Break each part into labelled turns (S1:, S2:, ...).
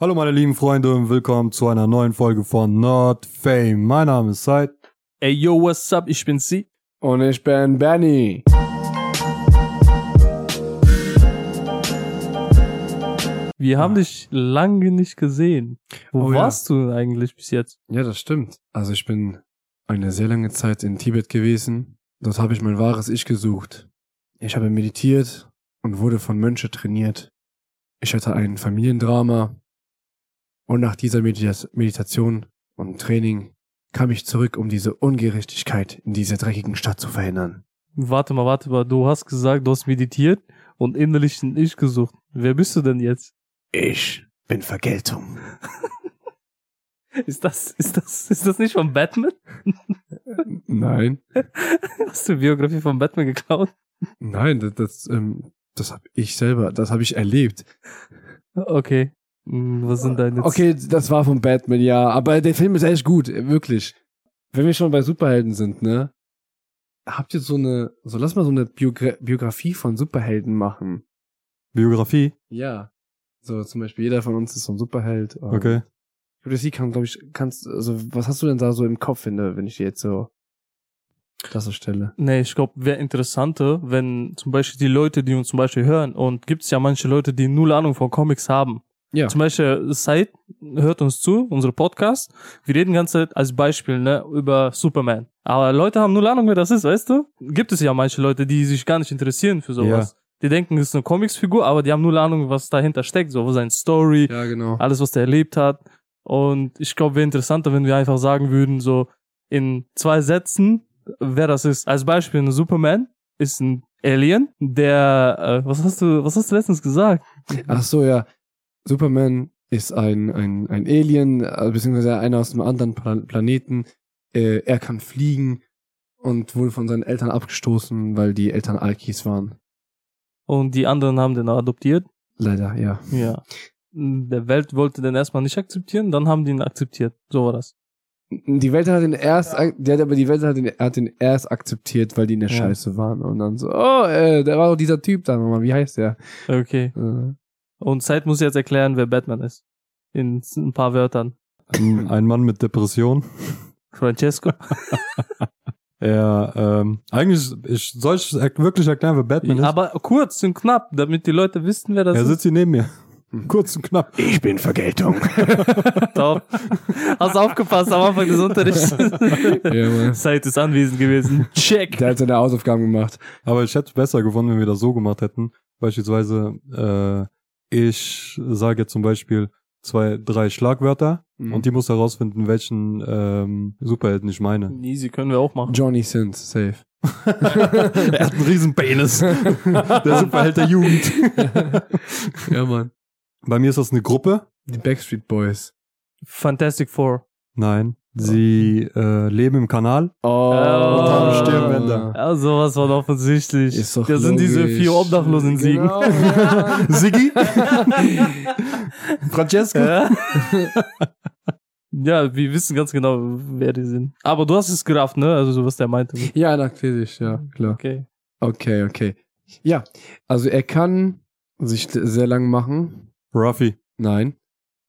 S1: Hallo meine lieben Freunde und willkommen zu einer neuen Folge von Not Fame. Mein Name ist Said.
S2: Ey, yo, what's up? Ich bin sie.
S3: Und ich bin Benny.
S2: Wir haben dich lange nicht gesehen. Wo
S3: Oh ja.
S2: warst du denn eigentlich bis jetzt?
S3: Ja, das stimmt. Also ich bin eine sehr lange Zeit in Tibet gewesen. Dort habe ich mein wahres Ich gesucht. Ich habe meditiert und wurde von Mönche trainiert. Ich hatte ein Familiendrama. Und nach dieser Medita- Meditation und Training kam ich zurück, um diese Ungerechtigkeit in dieser dreckigen Stadt zu verhindern.
S2: Warte mal, warte mal. Du hast gesagt, du hast meditiert und innerlich ein Ich gesucht. Wer bist du denn jetzt?
S3: Ich bin Vergeltung.
S2: Ist das, ist das, ist das nicht von Batman?
S3: Nein.
S2: Hast du Biografie von Batman geklaut?
S3: Nein, das, das, ähm, das habe ich selber, das habe ich erlebt.
S2: Okay. Hm, Was sind deine
S3: Okay, das war von Batman, ja. Aber der Film ist echt gut, wirklich. Wenn wir schon bei Superhelden sind, ne? Habt ihr so eine, so lass mal so eine Biogra Biografie von Superhelden machen.
S1: Biografie.
S3: Ja. So zum Beispiel jeder von uns ist so ein Superheld. Ähm, Und
S1: Okay.
S3: Ich würde sie kann, glaube ich, kannst, also was hast du denn da so im Kopf, wenn, du- wenn ich dir jetzt so das so stelle?
S2: Nee, ich glaube, wäre interessanter, wenn zum Beispiel die Leute, die uns zum Beispiel hören, und gibt's ja manche Leute, die null Ahnung von Comics haben.
S3: Ja.
S2: Zum Beispiel Said hört uns zu, unsere Podcast. Wir reden die ganze Zeit als Beispiel ne, über Superman. Aber Leute haben null Ahnung, wer das ist, weißt du? Gibt es ja manche Leute, die sich gar nicht interessieren für sowas. Die denken, es ist eine Comicsfigur, aber die haben null Ahnung, was dahinter steckt. So, seine Story,
S3: Ja, genau.
S2: alles, was der erlebt hat. Und ich glaube, wäre interessanter, wenn wir einfach sagen würden, so in zwei Sätzen, wer das ist. Als Beispiel, ein Superman ist ein Alien, der, äh, was hast du, was hast du letztens gesagt?
S3: Ach so, ja. Superman ist ein, ein, ein Alien, äh, beziehungsweise einer aus einem anderen Pla Planeten. Äh, er kann fliegen und wurde von seinen Eltern abgestoßen, weil die Eltern Alkis waren.
S2: Und die anderen haben den adoptiert.
S3: Leider, ja.
S2: Ja. Der Welt wollte den erstmal nicht akzeptieren, dann haben die ihn akzeptiert. So war das.
S3: Die Welt hat ihn erst, ak- die hat aber die Welt hat ihn, hat ihn erst akzeptiert, weil die in der
S2: Ja.
S3: Scheiße waren. Und dann so, oh, äh, da war doch dieser Typ da nochmal, wie heißt der?
S2: Okay.
S3: Äh,
S2: Und Zeit muss jetzt erklären, wer Batman ist. In s- ein paar Wörtern.
S1: Ein, ein Mann mit Depression.
S2: Francesco.
S1: Er, ähm, eigentlich, ich, soll ich er- wirklich erklären, wer Batman ist?
S2: Aber kurz und knapp, damit die Leute wissen, wer das
S1: Er
S2: ist.
S1: sitzt hier neben mir.
S3: Hm.
S1: Kurz und knapp.
S3: Ich bin Vergeltung.
S2: Top. Hast aufgepasst am Anfang des Unterrichts.
S3: ja, Mann.
S2: Zeit ist anwesend gewesen. Check.
S3: Der hat seine Hausaufgaben gemacht.
S1: Aber ich hätte es besser gefunden, wenn wir das so gemacht hätten. Beispielsweise, äh, ich sage jetzt zum Beispiel zwei, drei Schlagwörter
S3: Hm.
S1: und die muss herausfinden, welchen ähm, Superhelden ich meine.
S2: Easy können wir auch machen.
S3: Johnny Sins, safe.
S1: er hat einen riesen Penis. Der Superheld der Jugend.
S3: Ja, Mann.
S1: Bei mir ist das eine Gruppe.
S3: Die Backstreet Boys.
S2: Fantastic Four.
S1: Nein. Sie äh, leben im Kanal.
S3: Oh,
S2: Und haben
S1: Stirnbänder.
S2: Ja, sowas war doch offensichtlich.
S3: Ist doch
S2: das Ah. sind diese
S3: logisch.
S2: vier Obdachlosen in Siegen.
S3: Genau, ja.
S1: Siggi? Francesco?
S2: Ja. ja, wir wissen ganz genau, wer die sind. Aber du hast es gerafft, ne? Also, so was der meinte.
S3: ja, natürlich, ja, klar.
S2: Okay.
S3: Okay, okay. Ja, also er kann sich sehr lang machen.
S1: Ruffy.
S3: Nein.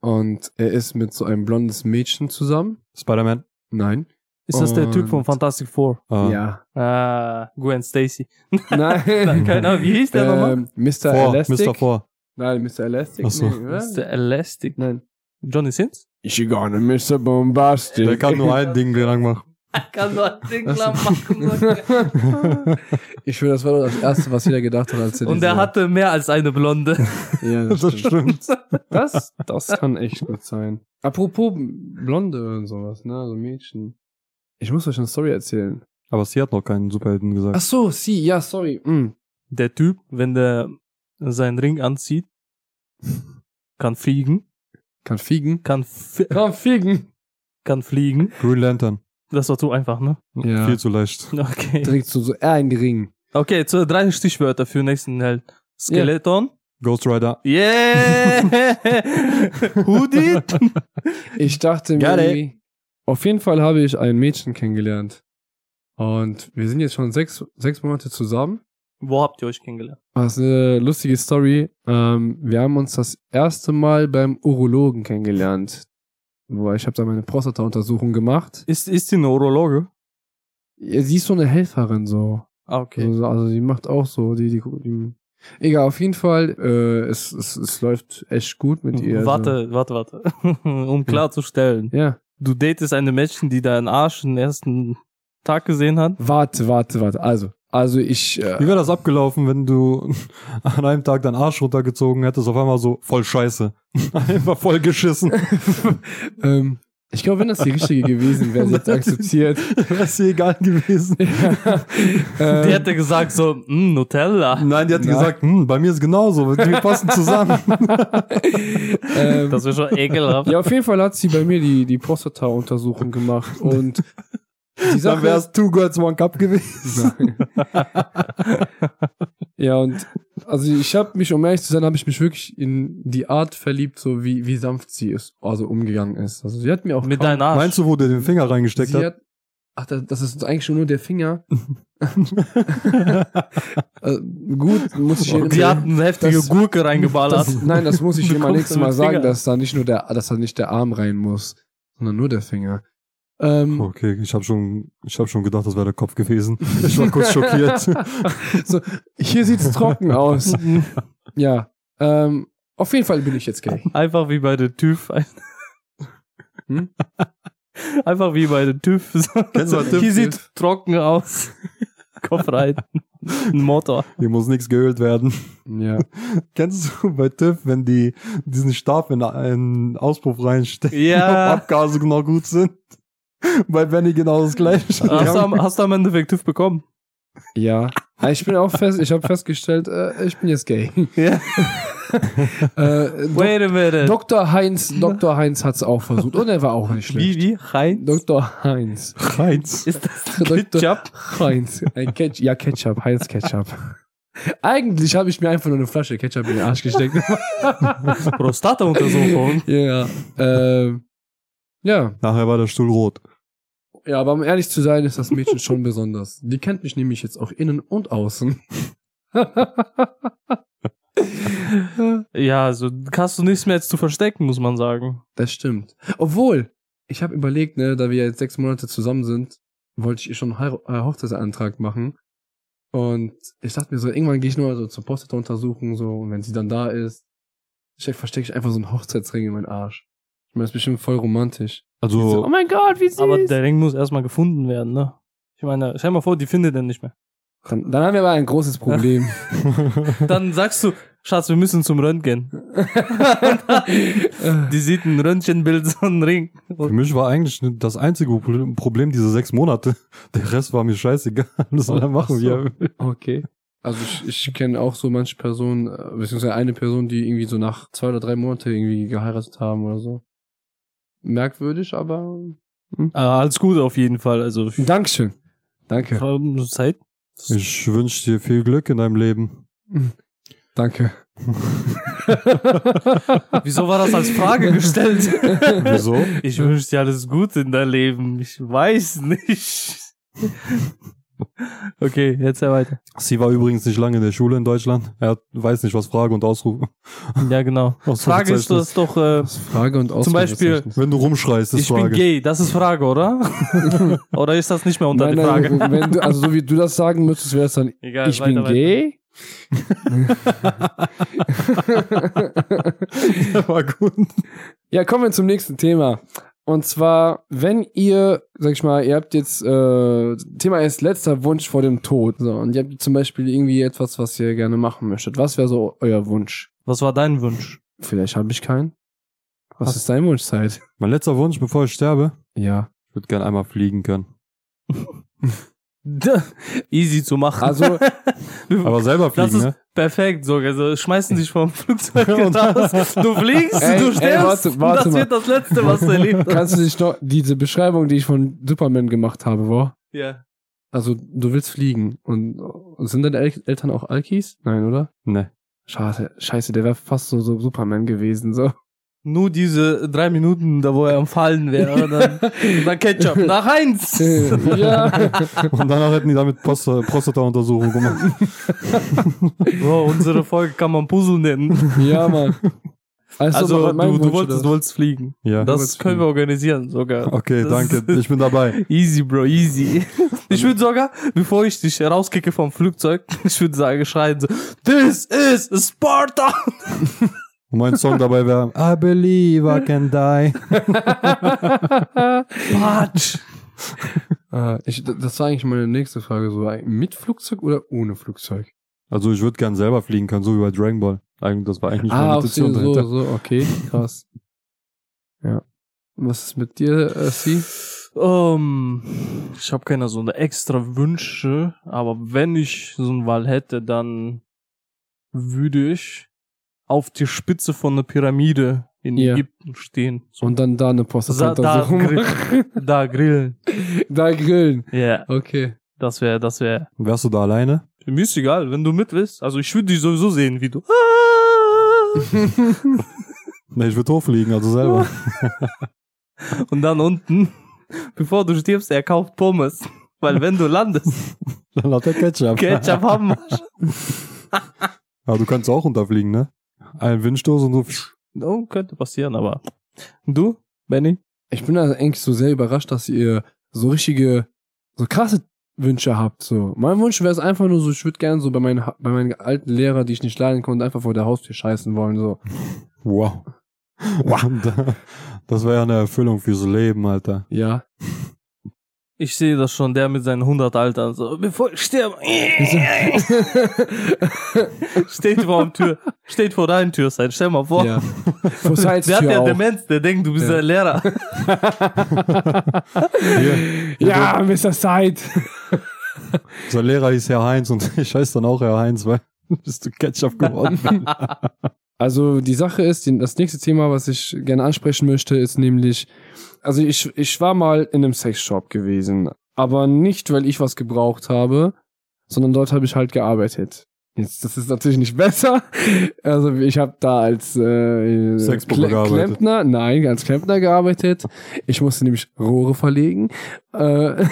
S3: Und er ist mit so einem blondes Mädchen zusammen.
S1: Spider-Man.
S3: Nein.
S2: Ist das der Typ von
S3: Und-
S2: Fantastic Four?
S1: Ah.
S3: Ja.
S2: Ah, Gwen Stacy.
S3: Nein.
S2: Nein, keine Ahnung, wie hieß der nochmal?
S3: Ähm, Mr.
S1: Vor,
S3: Elastic.
S1: Mr. Vor.
S3: Nein, Mr. Elastic.
S1: Ach so.
S3: Nee, oder?
S2: Ist der Elastic.
S3: Nein.
S2: Johnny Sins?
S3: She gonna Mr. Bombastic.
S1: Der kann nur ein Ding lang machen.
S2: Kann doch Ding
S3: Ach Ich schwöre, das war doch das Erste, was jeder gedacht hat, als er
S2: Und er
S3: diese-
S2: hatte mehr als eine Blonde.
S3: Ja, das
S1: Das
S3: stimmt.
S1: stimmt.
S3: Das, das kann echt gut sein. Apropos Blonde und sowas, ne, also Mädchen. Ich muss euch eine Story erzählen.
S1: Aber sie hat noch keinen Superhelden gesagt.
S3: Ach so, sie, ja, sorry. Mm.
S2: Der Typ, wenn der seinen Ring anzieht, kann fliegen,
S3: Kann fliegen.
S2: kann, fi-
S3: Kann fliegen.
S2: kann fliegen.
S1: Green Lantern.
S2: Das war zu einfach, ne?
S3: Ja.
S1: Viel zu leicht.
S2: Okay.
S3: Trägst du so eher einen Ring.
S2: Okay, zu drei Stichwörter für den nächsten Held. Skeleton.
S1: Ghost Rider.
S2: Yeah! Hoodie?
S3: Ich dachte
S1: Got
S3: mir,
S1: it.
S3: irgendwie- auf jeden Fall habe ich ein Mädchen kennengelernt. Und wir sind jetzt schon sechs, sechs Monate zusammen.
S2: Wo habt ihr euch kennengelernt?
S3: Das Ah, ist eine lustige Story. Ähm, wir haben uns das erste Mal beim Urologen kennengelernt. Wo ich habe da meine Prostata-Untersuchung gemacht.
S2: Ist, ist sie eine Urologe?
S3: Ja, Sie ist so eine Helferin so.
S2: Ah, okay.
S3: Also, also die macht auch so, die, die, die Egal, auf jeden Fall, äh, es, es, es läuft echt gut mit ihr. Also.
S2: warte, warte, warte. um klarzustellen.
S3: Ja.
S2: Du datest eine Mädchen, die deinen Arsch den ersten Tag gesehen hat.
S3: Warte, warte, warte. Also, also ich.
S1: Wie
S3: Äh,
S1: wäre das abgelaufen, wenn du an einem Tag deinen Arsch runtergezogen hättest, auf einmal so voll scheiße. Einfach voll geschissen.
S3: ähm, ich glaube, wenn das die richtige gewesen wäre, sie hätte akzeptiert.
S1: Wäre dir egal gewesen.
S2: Die
S3: ähm,
S2: hätte gesagt so, "Mm, Nutella.
S1: Nein, die hat
S3: Nein.
S1: gesagt, hm, bei mir ist genauso, wir passen zusammen.
S3: ähm,
S2: Das wäre schon ekelhaft.
S3: ja, auf jeden Fall hat sie bei mir die, die Prostata-Untersuchung gemacht und die
S1: Dann
S3: Sache,
S1: wär's Two Girls One Cup gewesen.
S3: ja und also ich habe mich, um ehrlich zu sein, habe ich mich wirklich in die Art verliebt, so wie, wie sanft sie ist, also umgegangen ist. Also sie hat mir auch
S2: Mit
S3: kaum-
S2: deinem Arsch.
S1: Meinst du, wo der den Finger reingesteckt
S3: Sie
S1: hat?
S3: hat, ach, das, das ist eigentlich schon nur der Finger. also, gut, muss ich jedem-
S2: die hat eine heftige
S3: Das-
S2: Gurke reingeballert.
S3: das, Nein, das muss ich
S2: Du
S3: immer
S2: guckst
S3: nächstes
S2: mit
S3: Mal
S2: dem Finger.
S3: sagen, dass da nicht nur der, dass da nicht der Arm rein muss, sondern nur der Finger. Ähm,
S2: Oh.
S1: Okay, ich habe schon, ich hab schon gedacht, das wäre der Kopf gewesen. Ich war kurz schockiert.
S3: so, hier sieht's trocken aus. Ja. Ähm, auf jeden Fall bin ich jetzt gay.
S2: Einfach wie bei der TÜV.
S3: Hm?
S2: Einfach wie bei der TÜV.
S1: Kennst du TÜV?
S2: Hier sieht trocken aus. Kopf rein. Ein Motor.
S1: Hier muss nichts geölt werden.
S3: Ja.
S1: Kennst du bei TÜV, wenn die diesen Stab in einen Auspuff reinstecken,
S2: Ja.
S1: ob Abgase genau gut sind? Bei Benny genau das gleiche. Die
S2: Hast du,
S1: haben-
S2: am, hast du am Endeffekt TÜV bekommen?
S3: Ja. Aber Ich bin auch fest, ich habe festgestellt, äh, ich bin jetzt gay.
S2: Ja.
S3: Äh, Dok-
S2: Wait a minute.
S3: Dr. Heinz, Dr. Heinz hat's auch versucht und er war auch nicht schlecht.
S2: wie, wie? Rein?
S3: Dr. Heinz.
S1: Heinz.
S2: Ist das
S3: Dr.
S2: Ketchup?
S3: Heinz. Ein Ketchup. Ja, Ketchup. Heinz Ketchup. Eigentlich habe ich mir einfach nur eine Flasche Ketchup in den Arsch gesteckt.
S2: Prostata-Untersuchung.
S3: ja. Ähm, ja.
S1: Nachher war der Stuhl rot.
S3: Ja, aber um ehrlich zu sein, ist das Mädchen schon besonders. Die kennt mich nämlich jetzt auch innen und außen.
S2: Ja, also hast du nichts mehr jetzt zu verstecken, muss man sagen.
S3: Das stimmt. Obwohl, ich habe überlegt, ne, da wir jetzt sechs Monate zusammen sind, wollte ich ihr schon einen Heir- äh, Hochzeitsantrag machen. Und ich dachte mir so, irgendwann gehe ich nur so zur Prostata untersuchen, so, und wenn sie dann da ist, verstecke versteck ich einfach so einen Hochzeitsring in meinen Arsch. Ich meine, das ist bestimmt voll romantisch. So, oh
S1: Also,
S3: mein Gott, wie süß.
S2: Aber der Ring muss erstmal gefunden werden, ne? Ich meine, stell mal vor, die findet den nicht mehr.
S3: dann, dann haben wir aber ein großes Problem.
S2: Dann sagst du, Schatz, wir müssen zum Röntgen. die sieht ein Röntgenbild, so einen Ring.
S1: für mich war eigentlich das einzige Pro- Problem diese sechs Monate. Der Rest war mir scheißegal. Das soll er machen.
S3: Oh, Ach so.
S1: wir.
S3: Okay. Also ich, ich kenne auch so manche Personen, äh, beziehungsweise eine Person, die irgendwie so nach zwei oder drei Monate irgendwie geheiratet haben oder so. Merkwürdig, aber.
S2: Äh, alles gut auf jeden Fall. Also ich-
S3: Dankeschön. Danke.
S2: Ähm, Zeit.
S1: Ich wünsche dir viel Glück in deinem Leben.
S3: Danke.
S2: Wieso war das als Frage gestellt?
S1: Wieso?
S2: Ich wünsche dir alles Gute in deinem Leben. Ich weiß nicht. Okay, jetzt ja weiter.
S1: Sie war übrigens nicht lange in der Schule in Deutschland. Er hat, weiß nicht, was Frage und Ausruf.
S2: Ja, genau. Frage ist das doch, äh,
S3: Das ist Frage und
S2: Zum Beispiel-
S3: Ausrufezeichen.
S1: Wenn du rumschreist, ist
S2: ich
S1: Frage.
S2: bin gay, das ist Frage, oder? oder ist das nicht mehr unter
S3: Nein,
S2: die Frage?
S3: nein, wenn du, also so wie du das sagen müsstest, wäre es dann
S2: Egal,
S3: ich bin
S2: weiter,
S3: gay.
S1: War gut.
S3: Ja, kommen wir zum nächsten Thema. Und zwar, wenn ihr, sag ich mal, ihr habt jetzt, äh, Thema ist letzter Wunsch vor dem Tod. So, und ihr habt zum Beispiel irgendwie etwas, was ihr gerne machen möchtet. Was wäre so euer Wunsch?
S2: Was war dein Wunsch?
S3: Vielleicht habe ich keinen. Was
S2: Hast-
S3: ist dein Wunschzeit?
S1: Mein letzter Wunsch, bevor ich sterbe,
S3: Ja.
S1: ich würde gerne einmal fliegen können.
S2: D- Easy zu machen.
S3: Also,
S1: Aber selber
S2: das
S1: fliegen,
S2: ist
S1: ne?
S2: perfekt sogar. Also schmeißen dich vom Flugzeug raus. Du fliegst,
S3: Ey,
S2: du
S3: ey,
S2: stirbst.
S3: warte, warte
S2: das
S3: mal.
S2: wird das Letzte, was du erlebst.
S3: kannst du dich noch, diese Beschreibung, die ich von Superman gemacht habe, war?
S2: Ja.
S3: Also, du willst fliegen. Und, und sind deine El Eltern auch Alkis? Nein, oder?
S1: Ne.
S3: Schade, scheiße, der wäre fast so, so Superman gewesen, so.
S2: nur diese drei Minuten, da wo er am Fallen wäre, dann, dann Ketchup nach Heinz.
S3: ja.
S1: Und danach hätten die damit Prost Prostata-Untersuchung gemacht.
S2: Bro, unsere Folge kann man Puzzle nennen.
S3: ja, Mann.
S2: Also, du, du, wolltest, du wolltest fliegen.
S1: Ja.
S2: Das können wir organisieren sogar.
S1: okay,
S2: das
S1: danke. Ich bin dabei.
S2: Easy, Bro, easy. Ich würde sogar, bevor ich dich rauskicke vom Flugzeug, ich würde sagen, schreien so, This is Sparta!
S1: Und mein Song dabei wäre I believe I can die.
S2: Patsch!
S3: Äh, ich, d- das war eigentlich meine nächste Frage. So, äh, mit Flugzeug oder ohne Flugzeug?
S1: Also ich würde gern selber fliegen können, so wie bei Dragon Ball. Eigentlich, das war eigentlich meine
S3: Ah, auf
S1: Intention
S3: so,
S1: dahinter.
S3: so, okay, krass. Ja. Was ist mit dir, äh, Sie?
S2: Ähm, ich habe keine so eine extra Wünsche, aber wenn ich so eine Wahl hätte, dann würde ich auf die Spitze von einer Pyramide in
S3: Ja.
S2: Ägypten stehen. So,
S3: Und dann da eine
S2: Sa- da,
S3: Prostatatuntersuchung.
S2: grill, da grillen.
S3: da grillen.
S2: Ja,
S3: Okay.
S2: das wäre, das wäre.
S1: Wärst du da alleine?
S2: Mir ist egal, wenn du mit willst. Also ich würde dich sowieso sehen, wie du. Ah!
S1: Nee, ich würde hochfliegen, also selber.
S2: Und dann unten, bevor du stirbst, er kauft Pommes. Weil wenn du landest,
S1: Dann hat der Ketchup.
S2: Ketchup haben wir.
S1: Aber du kannst auch runterfliegen, ne? Ein Windstoß und so. psch.
S2: No, Oh, könnte passieren, aber. Du, Benny?
S3: Ich bin da eigentlich so sehr überrascht, dass ihr so richtige, so krasse Wünsche habt. So. Mein Wunsch wäre es einfach nur so, ich würde gerne so bei meinen, bei meinen alten Lehrer, die ich nicht leiden konnte, einfach vor der Haustür scheißen wollen. So.
S1: Wow. Und, äh, das wäre ja eine Erfüllung fürs Leben, Alter.
S3: Ja.
S2: Ich sehe das schon, der mit seinen 100 Altern. So, bevor ich sterbe, steht vor der Tür, steht vor deinen Tür sein. Stell mal vor.
S3: ja. Vor
S2: Der hat ja
S3: Seitstür auch.
S2: Demenz, der denkt, du bist
S3: Ja.
S2: sein Lehrer.
S3: Ja, Mr. Side.
S1: Sein Lehrer hieß Herr Heinz und ich heiße dann auch Herr Heinz, weil bist du Ketchup geworden.
S3: Also die Sache ist, die- das nächste Thema, was ich gerne ansprechen möchte, ist nämlich, also ich, ich war mal in einem Sexshop gewesen, aber nicht, weil ich was gebraucht habe, sondern dort habe ich halt gearbeitet. Jetzt, das ist natürlich nicht besser. Also ich habe da als äh,
S1: Sexpuppe gearbeitet.
S3: Klempner, nein, als Klempner gearbeitet. Ich musste nämlich Rohre verlegen. Äh,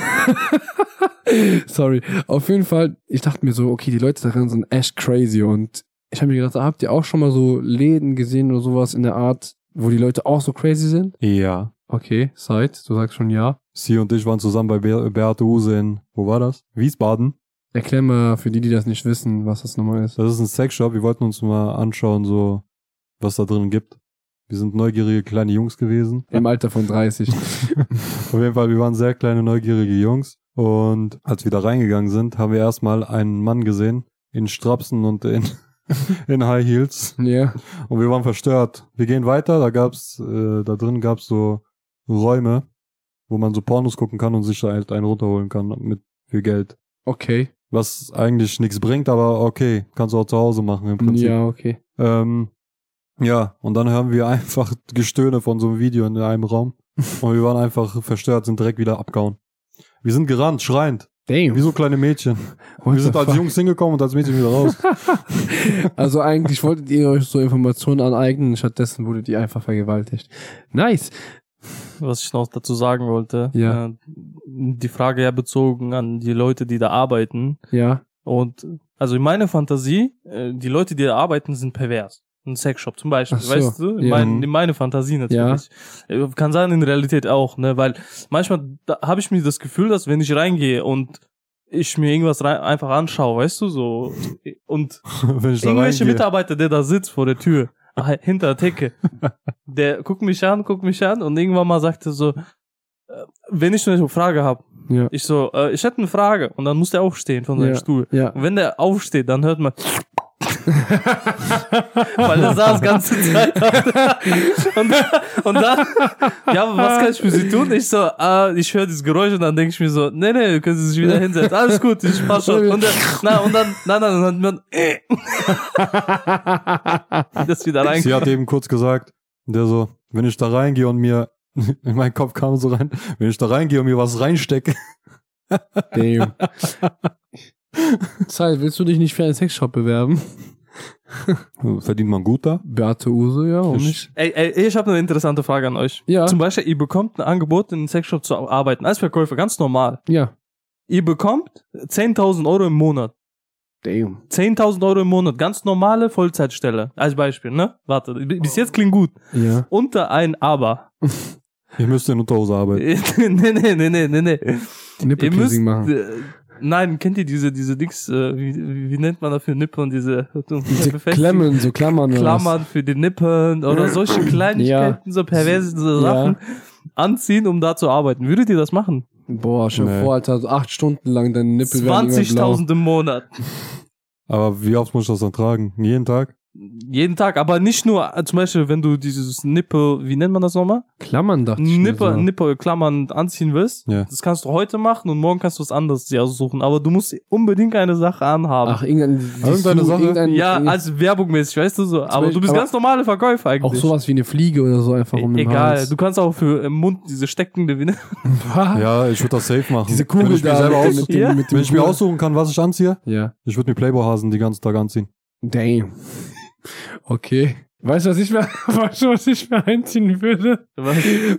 S3: Sorry. Auf jeden Fall, ich dachte mir so, okay, die Leute darin sind echt crazy und ich habe mir gedacht, habt ihr auch schon mal so Läden gesehen oder sowas in der Art, wo die Leute auch so crazy sind?
S1: ja.
S3: Okay, Zeit, du sagst schon ja.
S1: Sie und ich waren zusammen bei Be Beate Huse in, wo war das? Wiesbaden.
S3: Erklär mal für die, die das nicht wissen, was das nochmal ist.
S1: Das ist ein Sexshop. Wir wollten uns mal anschauen, so, was da drin gibt. Wir sind neugierige kleine Jungs gewesen.
S3: Im Alter von 30.
S1: Auf jeden Fall, wir waren sehr kleine, neugierige Jungs. Und als wir da reingegangen sind, haben wir erstmal einen Mann gesehen, in Strapsen und in, in High Heels.
S3: ja.
S1: Und wir waren verstört. Wir gehen weiter, da gab's, äh, da drin gab's so Räume, wo man so Pornos gucken kann und sich da halt einen runterholen kann mit viel Geld.
S3: Okay.
S1: Was eigentlich nichts bringt, aber okay, kannst du auch zu Hause machen im Prinzip.
S3: Ja, okay.
S1: Ähm, ja, und dann hören wir einfach Gestöhne von so einem Video in einem Raum. Und wir waren einfach verstört, sind direkt wieder abgehauen. Wir sind gerannt, schreiend,
S3: Damn.
S1: wie so kleine Mädchen.
S3: What
S1: wir sind
S3: the
S1: als
S3: fuck?
S1: Jungs hingekommen und als Mädchen wieder raus.
S3: Also eigentlich wolltet ihr euch so Informationen aneignen, stattdessen wurdet ihr einfach vergewaltigt. Nice.
S2: was ich noch dazu sagen wollte.
S3: Ja.
S2: Äh, Die Frage ja bezogen an die Leute, die da arbeiten.
S3: Ja.
S2: Und also in meiner Fantasie, äh, die Leute, die da arbeiten, sind pervers. Ein Sexshop zum Beispiel,
S3: Ach so,
S2: weißt du? In,
S3: ja. Mhm.
S2: mein, in meine Fantasie natürlich. Äh, Kann sein in Realität auch, ne? Weil manchmal da habe ich mir das Gefühl, dass wenn ich reingehe und ich mir irgendwas rein, einfach anschaue, weißt du, so äh, und
S1: Wenn ich da
S2: Irgendwelche
S1: reingehe.
S2: Mitarbeiter, der da sitzt vor der Tür, ah, hinter der Theke, der guckt mich an, guckt mich an und irgendwann mal sagte so, äh, wenn ich eine Frage habe,
S3: Ja.
S2: ich so, äh, ich hätte eine Frage und dann muss der aufstehen von seinem
S3: Ja.
S2: Stuhl.
S3: Ja.
S2: Und wenn der aufsteht, dann hört man, weil der saß ganze Zeit und, und dann, ja, aber was kann ich für sie tun? Ich so, äh, ich höre dieses Geräusch und dann denke ich mir so, nee, nee, können sie sich wieder hinsetzen, alles gut, ich mach schon. Und, der, na, und dann, nein, nein, nein, nein, äh, das wieder rein.
S1: Sie hat eben kurz gesagt, der so, wenn ich da reingehe und mir, in meinen Kopf kam so rein, wenn ich da reingehe und mir was reinstecke,
S3: Damn. Zeit, willst du dich nicht für einen Sexshop bewerben?
S1: Verdient man gut da?
S3: Beate Use, ja, warum
S1: Ich-
S3: nicht?
S2: Ey, ey, ich habe eine interessante Frage an euch.
S3: Ja,
S2: Zum Beispiel, ihr bekommt ein Angebot, in einem Sexshop zu arbeiten, als Verkäufer, ganz normal.
S3: ja.
S2: Ihr bekommt 10.000 Euro im Monat.
S3: Damn.
S2: 10.000 Euro im Monat, ganz normale Vollzeitstelle. Als Beispiel, ne? Warte, b- bis jetzt klingt gut.
S3: Ja.
S2: Unter ein Aber.
S1: Ich müsste in Unterhose arbeiten.
S2: nee, nee, nee, nee, nee, nee. Ihr müsst,
S3: Nippelpiercing machen.
S2: äh, nein, kennt ihr diese, diese Dings, äh, wie, wie wie nennt man dafür Nippern, diese,
S3: Diese
S2: befestigen
S3: Klemmen, so Klammern. oder was?
S2: Klammern für die Nippeln oder solche Kleinigkeiten, so perverse so Sachen anziehen, um da zu arbeiten. Würdet ihr das machen?
S3: Boah, schon
S1: Nee.
S3: vor, Alter, so acht Stunden lang deine Nippel werden immer blau.
S2: 20.000 im Monat.
S1: Aber wie oft muss ich das dann tragen? Jeden Tag?
S2: Jeden Tag, aber nicht nur, äh, zum Beispiel, wenn du dieses Nippe, wie nennt man das nochmal?
S3: Klammern, dachte ich mir
S2: Nippe,
S3: so.
S2: Nippe, Klammern anziehen willst.
S1: Ja.
S2: Das kannst du heute machen und morgen kannst du was anderes dir aussuchen. Aber du musst unbedingt eine Sache anhaben.
S3: Ach, irgendein,
S1: Irgendeine
S3: siehst du
S1: Sache?
S3: irgendein-
S2: ja, also
S3: irgendein-
S2: als werbungmäßig, weißt du so. Aber
S3: Beispiel-
S2: du bist
S3: aber-
S2: ganz normale Verkäufer eigentlich. E-
S3: auch sowas wie eine Fliege oder so einfach um den
S2: Egal,
S3: Hals.
S2: du kannst auch für im Mund diese steckende, wie nennt
S3: Was?
S1: Ja, ich würde das safe machen.
S3: Diese Kugel
S1: wenn ich mir
S3: da
S1: selber
S3: mit
S1: aus,
S3: dem- mit dem,
S2: Ja.
S3: mit dem
S1: Wenn ich mir
S3: Kugel-
S1: aussuchen kann, was ich anziehe,
S3: Ja.
S1: ich würde mir Playboy-Hasen den ganzen Tag anziehen.
S3: Damn. Okay. Weißt du, was ich mir, weißt du, was ich mir einziehen würde?
S2: Was?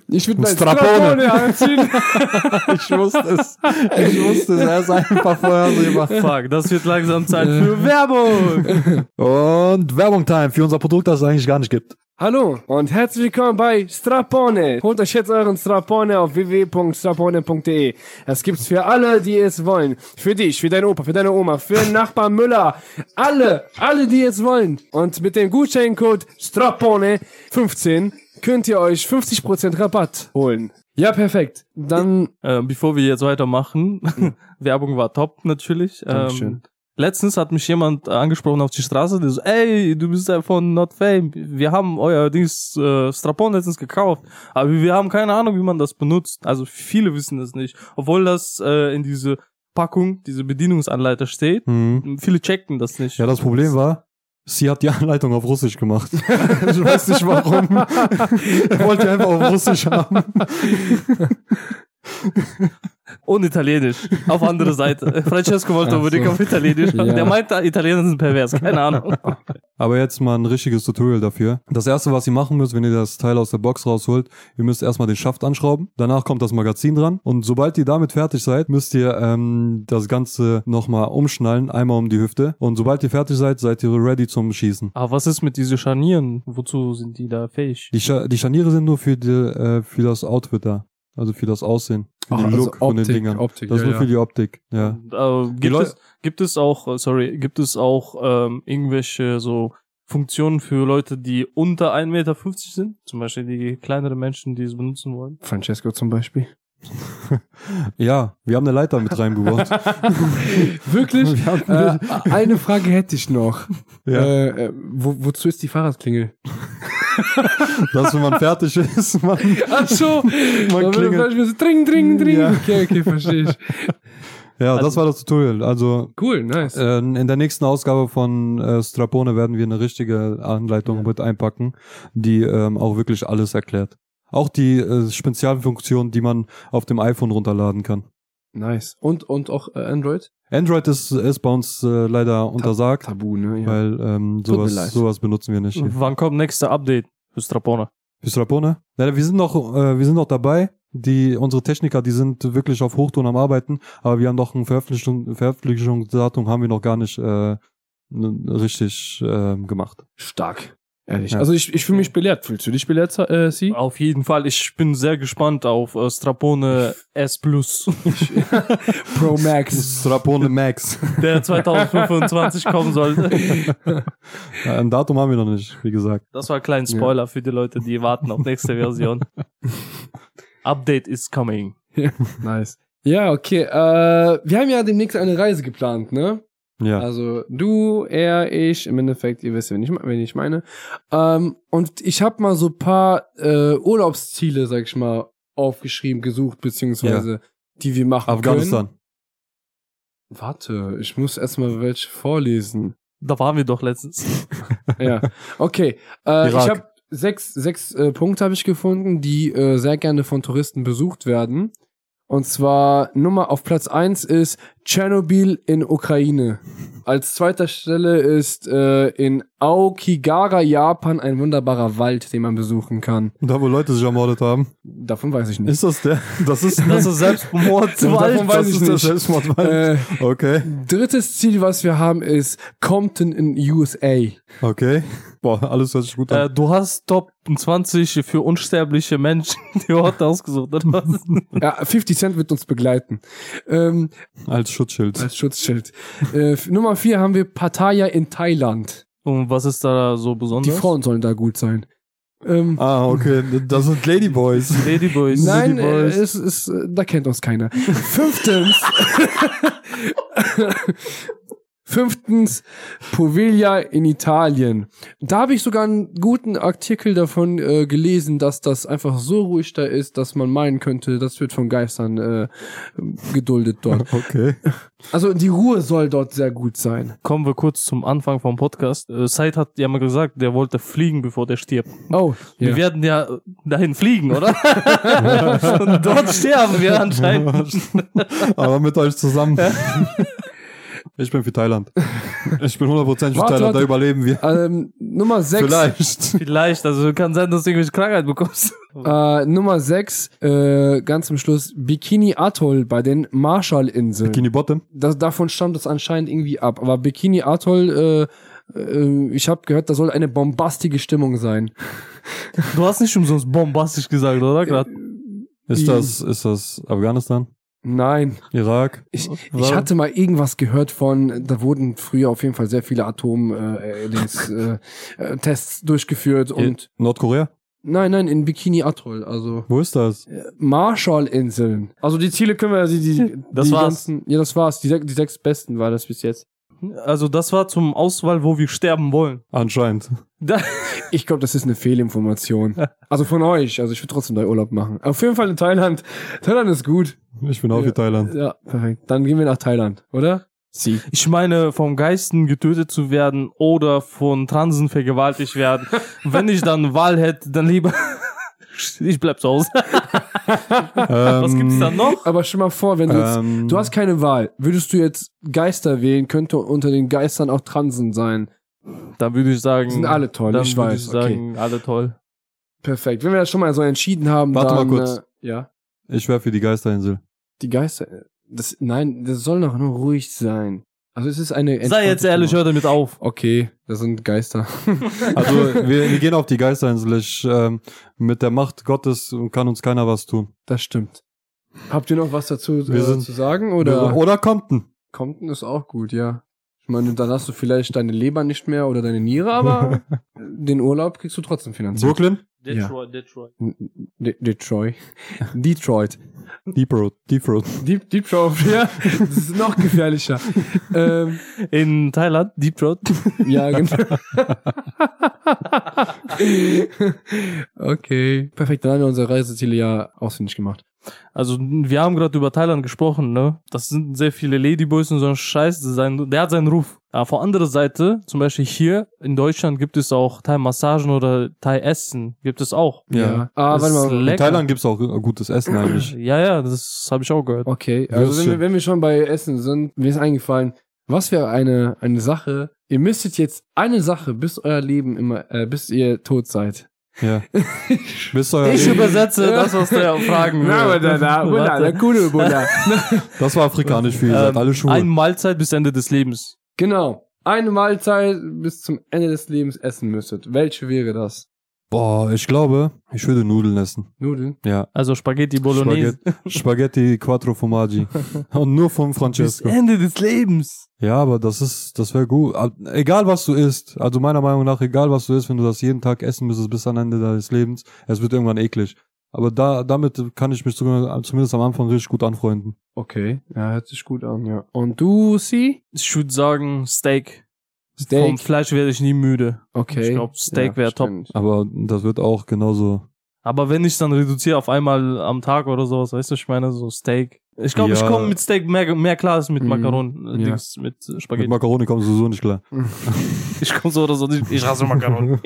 S3: Ich würde
S1: Ein
S3: mir
S1: Strapone.
S3: anziehen.
S1: Ich wusste es. Ich wusste es. Er ist einfach vorhersehbar.
S2: Fuck, das wird langsam Zeit für Werbung.
S1: Und Werbung-Time für unser Produkt, das es eigentlich gar nicht gibt.
S3: Hallo und herzlich willkommen bei Strapone. Holt euch jetzt euren Strapone auf www.strapone.de. e. Das gibt's für alle, die es wollen. Für dich, für deinen Opa, für deine Oma, für den Nachbarn Müller. Alle, alle, die es wollen. Und mit dem Gutscheincode Strapone15 könnt ihr euch 50% Rabatt holen. Ja, perfekt. Dann
S2: äh, bevor wir jetzt weitermachen, Werbung war top natürlich.
S3: Mhm. Dankeschön.
S2: Ähm, letztens hat mich jemand äh, angesprochen auf die Straße, der so, ey, du bist ja von Not Fame. Wir haben euer Dings äh, Strapon letztens gekauft, aber wir haben keine Ahnung, wie man das benutzt. Also viele wissen es nicht, obwohl das äh, in diese Packung, diese Bedienungsanleiter steht.
S1: Mhm.
S2: Viele checken das nicht.
S1: Ja, das Problem war, sie hat die Anleitung auf Russisch gemacht. ich weiß nicht warum. er wollte einfach auf Russisch haben.
S2: Und Italienisch. Auf andere Seite. Francesco wollte
S3: Ach
S2: unbedingt
S3: so.
S2: auf Italienisch.
S3: Ja.
S2: Der meinte, Italiener sind pervers. Keine Ahnung.
S1: Aber jetzt mal ein richtiges Tutorial dafür. Das erste, was ihr machen müsst, wenn ihr das Teil aus der Box rausholt, ihr müsst erstmal den Schaft anschrauben. Danach kommt das Magazin dran. Und sobald ihr damit fertig seid, müsst ihr ähm, das Ganze nochmal umschnallen, einmal um die Hüfte. Und sobald ihr fertig seid, seid ihr ready zum Schießen.
S2: Aber Ah, was ist mit diesen Scharnieren? Wozu sind die da fähig?
S1: Die, Scha die Scharniere sind nur für, die, äh, für das Outfit da. Also für das Aussehen. Für den Look von den Dingern.
S3: also Optik,
S1: das ist nur für die Optik, ja.
S2: Äh,
S1: Die
S2: gibt,
S1: Leu-
S2: es, gibt es auch, äh, sorry, gibt es auch ähm, irgendwelche so Funktionen für Leute, die unter 1,50 Meter sind? Zum Beispiel die kleineren Menschen, die es benutzen wollen.
S3: Francesco zum Beispiel.
S1: Ja, wir haben eine Leiter mit reingebaut.
S3: Wirklich?
S1: Wir haben
S3: Äh, eine Frage hätte ich noch.
S1: Ja.
S3: Äh, äh, wo, wozu ist die Fahrradklingel?
S1: dass wenn man fertig ist, man,
S3: Ach so, man
S1: klingelt.
S3: so dring, dring, dring.
S1: Ja.
S3: Okay, okay, verstehe ich.
S1: ja, das war das Tutorial. Also
S3: Cool, nice.
S1: äh, in der nächsten Ausgabe von äh, Strapone werden wir eine richtige Anleitung mit einpacken, die ähm, auch wirklich alles erklärt. Auch die äh, Spezialfunktionen, die man auf dem iPhone runterladen kann.
S3: Nice. Und, und auch äh, Android?
S1: Android ist, ist bei uns äh, leider untersagt,
S3: Tabu, ne? Ja.
S1: weil ähm,
S3: Tut mir
S1: sowas,
S3: leid. Mhm.
S1: sowas benutzen wir nicht. Hier.
S2: Wann kommt nächste Update für Strapone?
S1: Für Strapone? Leider, wir sind noch, äh, wir sind noch dabei. Die, unsere Techniker, die sind wirklich auf Hochton am Arbeiten, aber wir haben noch ein Veröffentlichung, Veröffentlichungsdatum haben wir noch gar nicht äh, n- richtig ähm, gemacht.
S3: Stark. Ehrlich.
S1: Ja.
S3: Also ich, ich fühle mich belehrt. Fühlst du dich belehrt, äh, Sie?
S2: Auf jeden Fall, ich bin sehr gespannt auf äh, Strapone S Plus,
S3: Pro Max.
S1: Strapone Max.
S2: der 2025 kommen sollte.
S1: Ein Datum haben wir noch nicht, wie gesagt.
S2: Das war ein kleiner Spoiler für die Leute, die warten auf nächste Version. Update is coming.
S3: nice. Ja, okay. Äh, wir haben ja demnächst eine Reise geplant, ne?
S1: Ja.
S3: Also du, er, ich, im Endeffekt, ihr wisst, wen ich, wen ich meine. Ähm, und ich habe mal so paar äh, Urlaubsziele, sag ich mal, aufgeschrieben, gesucht, beziehungsweise die wir machen
S1: Afghanistan.
S3: können. Warte, ich muss erstmal welche vorlesen.
S2: Da waren wir doch letztens.
S3: ja, okay. Äh, ich
S1: Irak.
S3: habe sechs, sechs äh, Punkte habe ich gefunden, die äh, sehr gerne von Touristen besucht werden. Und zwar Nummer auf Platz 1 ist Tschernobyl in Ukraine. Als zweiter Stelle ist äh, in Aokigara, Japan, ein wunderbarer Wald, den man besuchen kann.
S1: Da, wo Leute sich ermordet haben.
S3: Davon weiß ich nicht.
S1: Ist das der? Das ist,
S2: Das ist Selbstmord.
S3: Davon weiß
S1: das
S3: ich
S1: ist der
S3: nicht.
S1: Selbstmordwald.
S3: Äh,
S1: Okay,
S3: drittes Ziel, was wir haben, ist Compton in USA.
S1: okay. Boah, alles hört sich gut an.
S2: Äh, du hast Top 20 für unsterbliche Menschen die Orte ausgesucht, oder was?
S3: Ja, 50 Cent wird uns begleiten. Ähm,
S1: Als Schutzschild.
S3: als Schutzschild. äh, Nummer 4 haben wir Pattaya in Thailand.
S2: Und was ist da so
S3: Die
S2: besonders?
S3: Frauen sollen da gut sein. Ähm,
S1: Ah, okay. Das sind Ladyboys.
S2: Ladyboys.
S3: Nein, äh,
S2: Ladyboys.
S3: es ist, äh, da kennt uns keiner. Fünftens. Fünftens, Poveglia in Italien. Da habe ich sogar einen guten Artikel davon äh, gelesen, dass das einfach so ruhig da ist, dass man meinen könnte, das wird von Geistern äh, geduldet dort.
S1: Okay.
S3: Also die Ruhe soll dort sehr gut sein.
S2: Kommen wir kurz zum Anfang vom Podcast. Äh, Said hat ja mal gesagt, der wollte fliegen, bevor der stirbt.
S3: Oh,
S2: Wir werden ja äh, dahin fliegen, oder? Und dort sterben wir anscheinend.
S1: Aber mit euch zusammen. Ich bin für Thailand. Ich bin 100% für
S3: Warte,
S1: Thailand, da
S3: warte.
S1: überleben wir.
S3: ähm, Nummer 6.
S1: Vielleicht.
S2: Vielleicht, also kann sein, dass du irgendwelche Krankheit bekommst.
S3: Äh, Nummer 6, äh, ganz zum Schluss, Bikini Atoll bei den Marshallinseln.
S1: Bikini Bottom.
S3: das, davon stammt das anscheinend irgendwie ab. Aber Bikini Atoll, äh, äh, ich habe gehört, da soll eine bombastische Stimmung sein.
S2: Du hast nicht umsonst bombastisch gesagt, oder? Grad.
S1: Ist
S3: Die-
S1: das, ist das Afghanistan?
S3: Nein,
S1: Irak?
S3: ich, ich
S1: Warum?
S3: hatte mal irgendwas gehört von, da wurden früher auf jeden Fall sehr viele Atom-Tests äh, Dings, äh, äh, Tests durchgeführt und
S1: Nordkorea?
S3: nein, nein, in Bikini Atoll, also
S1: Wo ist das?
S3: äh, Marshallinseln. Also die Ziele können wir, die, die,
S2: Das
S3: die
S2: war's.
S3: ganzen, ja, das war's, die, sech- die sechs besten war das bis jetzt.
S2: Also das war zum Auswahl, wo wir sterben wollen.
S1: Anscheinend.
S2: Da,
S3: Ich glaube, das ist eine Fehlinformation. Also von euch. Also ich will trotzdem da Urlaub machen. Auf jeden Fall in Thailand. Thailand ist gut.
S1: Ich bin auch für Thailand.
S3: Ja, perfekt. Dann gehen wir nach Thailand, oder? Sie.
S2: Ich meine, vom Geisten getötet zu werden oder von Transen vergewaltigt werden. Wenn ich dann Wahl hätte, dann lieber. Ich bleib zu Hause. Was gibt's da noch?
S3: Aber stell mal vor, wenn du jetzt,
S1: Ähm,
S3: du hast keine Wahl. Würdest du jetzt Geister wählen, könnte unter den Geistern auch Transen sein.
S2: Dann würde ich sagen.
S3: Sind alle toll,
S2: Hm, dann
S3: ich
S2: würde
S3: weiß,
S2: Ich sagen, alle toll.
S3: Perfekt. Wenn wir das schon mal so entschieden haben,
S1: Warte
S3: dann,
S1: mal kurz.
S3: Äh, ja.
S1: ich wäre für die Geisterinsel.
S3: Die Geister. Das, nein, das soll doch nur ruhig sein. Also es ist eine.
S2: Sei jetzt ehrlich, hör damit auf.
S3: Okay, das sind Geister.
S1: Also wir, wir gehen auf die Geisterinsel. Ich, ähm, mit der Macht Gottes kann uns keiner was tun.
S3: Das stimmt. Habt ihr noch was dazu
S1: Wir
S3: äh,
S1: sind-
S3: zu sagen? Oder
S1: Oder Compton.
S3: Compton ist auch gut, ja. Ich meine, dann hast du vielleicht deine Leber nicht mehr oder deine Niere, aber den Urlaub kriegst du trotzdem finanziert.
S1: Brooklyn?
S3: Detroit,
S2: Detroit.
S3: De Detroit. Detroit.
S1: Deep Road. Deep Road.
S3: Deep, Deep Throat, ja. Das ist noch gefährlicher. ähm,
S2: In Thailand, Deep Throat.
S3: ja, genau. okay. Perfekt, dann haben wir unsere Reiseziele ja ausfindig gemacht.
S2: Also, wir haben gerade über Thailand gesprochen, ne? Das sind sehr viele Ladyboys und so ein Scheiß. das ist Sein, der hat seinen Ruf. Aber von anderer Seite, zum Beispiel hier in Deutschland gibt es auch Thai-Massagen oder Thai-Essen. Gibt es auch.
S1: Ja.
S3: Ah,
S2: Das
S3: warte
S2: ist
S3: mal.
S1: In
S2: lecker.
S1: Thailand gibt's auch gutes Essen eigentlich.
S2: Ja, ja, das habe ich auch gehört.
S3: Okay,
S1: Ja,
S3: also
S1: ist
S3: wenn wir,
S1: schön.
S3: wenn wir schon bei Essen sind, mir ist eingefallen, was wäre eine, eine Sache, ihr müsstet jetzt eine Sache bis euer Leben immer, äh, bis ihr tot seid.
S1: ja. Bis euer
S2: Ich
S1: Leben.
S2: übersetze das, was der fragen will. Warte.
S3: Kudu, Buddha.
S1: Das war afrikanisch für ihr seid
S2: Ähm,
S1: alle schwul.
S2: Ein Mahlzeit bis Ende des Lebens.
S3: Genau. Eine Mahlzeit bis zum Ende des Lebens essen müsstet. Welche wäre das?
S1: Boah, ich glaube, ich würde Nudeln essen.
S3: Nudeln?
S1: Ja.
S2: Also Spaghetti Bolognese.
S1: Spaghetti, Spaghetti Quattro Formaggi. Und nur von
S2: Bis
S1: Francesco.
S2: Ende des Lebens.
S1: Ja, aber das ist, das wäre gut. Ab- Egal was du isst, also meiner Meinung nach, egal was du isst, wenn du das jeden Tag essen müsstest bis an Ende deines Lebens, es wird irgendwann eklig. Aber da, damit kann ich mich sogar, zumindest am Anfang richtig gut anfreunden.
S3: Okay. Ja, hört sich gut an, ja. Und du, sie?
S2: Ich würde sagen Steak.
S3: Steak.
S2: Vom Fleisch werde ich nie müde.
S3: Okay.
S2: Ich glaub, Steak wär top.
S3: stimmt.
S1: Aber das wird auch genauso.
S2: Aber wenn ich dann reduziere auf einmal am Tag oder sowas, weißt du, ich meine so Steak. Ich glaube, ich
S1: Ja.
S2: komme mit Steak mehr, mehr klar als mit
S3: Mhm.
S2: Makaronen, äh,
S3: Ja.
S2: Dings, mit äh,
S1: Mit
S2: Spaghetti.
S1: Makaroni kommst du sowieso nicht klar.
S2: ich komme so oder so nicht. Ich hasse Makaronen.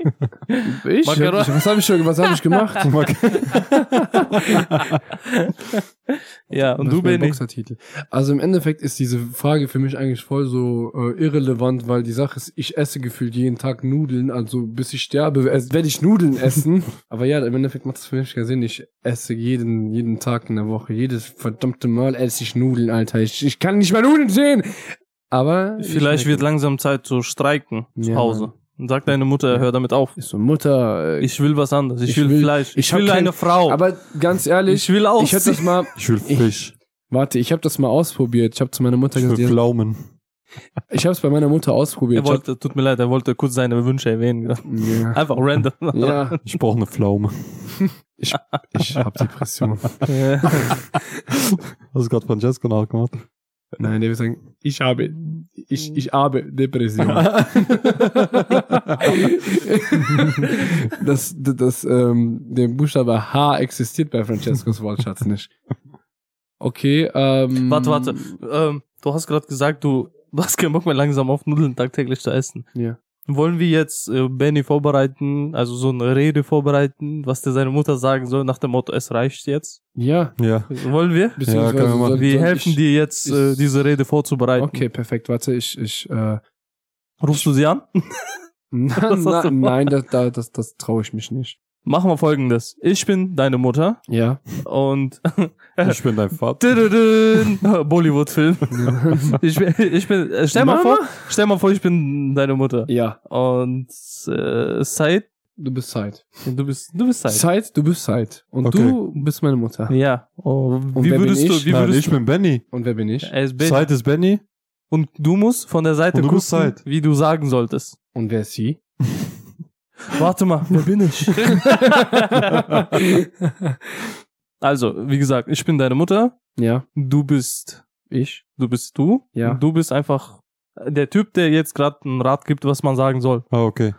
S3: Ich?
S2: Macaron-
S3: was habe ich, schon- was hab ich gemacht?
S2: ja, und
S3: Das
S2: du
S3: ist mein
S2: bin ich.
S3: Boxertitel. Also im Endeffekt ist diese Frage für mich eigentlich voll so äh, irrelevant, weil die Sache ist, ich esse gefühlt jeden Tag Nudeln, also bis ich sterbe, ess- werde ich Nudeln essen. Aber ja, im Endeffekt macht es für mich keinen Sinn. Ich esse jeden, jeden Tag in der Woche, jedes verdammte Mal esse ich Nudeln, Alter. Ich, ich kann nicht mehr Nudeln sehen. Aber ich
S2: Vielleicht
S3: merke-
S2: wird langsam Zeit zu streiken zu
S3: Ja,
S2: Hause. Und sag deine Mutter, hör damit auf.
S3: ist so Mutter. Äh,
S2: Ich will was anderes. Ich,
S3: Ich
S2: will,
S3: will-
S2: Fleisch. Ich,
S3: ich hab
S2: will
S3: kein-
S2: eine Frau.
S3: aber ganz ehrlich,
S2: ich will auch.
S3: ich hätte das mal
S1: Ich will Fisch.
S3: Warte, ich habe das mal ausprobiert. Ich habe zu meiner Mutter
S1: Ich will
S3: gesagt, ja,
S1: Pflaumen.
S3: ich habe es bei meiner Mutter ausprobiert.
S2: er
S3: Ich hab,
S2: wollte, tut mir leid, er wollte kurz seine Wünsche erwähnen.
S3: ja.
S2: Einfach random.
S3: Ja,
S1: Ich brauche eine Pflaume.
S3: ich, ich habe Depression.
S1: Hast du gerade Francesco nachgemacht?
S3: Nein, der wird sagen, ich habe, ich, ich habe Depression. das, das, das, ähm, der Buchstabe H existiert bei Francescos Wortschatz nicht. Okay, ähm.
S2: Warte, warte. Ähm, du hast gerade gesagt, du hast keinen Bock mehr langsam auf Nudeln tagtäglich zu essen.
S3: Ja.
S2: Wollen wir jetzt äh, Benny vorbereiten, also so eine Rede vorbereiten, was dir seine Mutter sagen soll, nach dem Motto, es reicht jetzt?
S3: Ja,
S1: Ja.
S2: Wollen wir?
S1: können wir machen.
S3: soll-
S2: Wir
S3: soll
S2: helfen
S3: ich-
S2: dir jetzt, äh, diese Rede vorzubereiten.
S3: Okay, perfekt. Warte, ich, ich, äh,
S2: Rufst du sie an?
S3: Na,
S2: hast du
S3: na,
S2: vor?
S3: nein, das, das, das, das traue ich mich nicht.
S2: Machen wir folgendes. Ich bin deine Mutter
S3: Ja.
S2: und
S1: Ich bin dein Vater.
S2: Tüdüdün. Bollywood-Film. Ich bin, ich bin, äh, stell mal
S3: Mama?
S2: vor, stell mal vor, ich bin deine Mutter.
S3: Ja,
S2: Und äh, Said,
S3: du bist Zeit.
S2: du bist, du bist Said.
S3: Zeit, du bist Zeit. Und
S1: Okay.
S3: du bist meine Mutter.
S2: Ja. Oh, wie
S3: wer bin
S2: würdest du,
S3: ich?
S2: wie
S1: Nein,
S2: würdest
S1: ich bin Benny.
S3: Und wer bin ich?
S2: du, er ist Benny.
S1: Zeit ist Benny.
S2: Und du musst von der Seite
S1: Und du
S2: gucken,
S1: bist Said.
S2: wie du sagen solltest.
S3: Und wer ist sie?
S2: Warte mal, wer bin ich? also, wie gesagt, ich bin deine Mutter,
S3: Ja,
S2: du bist,
S3: ich.
S2: du bist du.
S3: Ja.
S2: Und du bist einfach der Typ, der jetzt gerade einen Rat gibt, was man sagen soll.
S1: Ah, okay.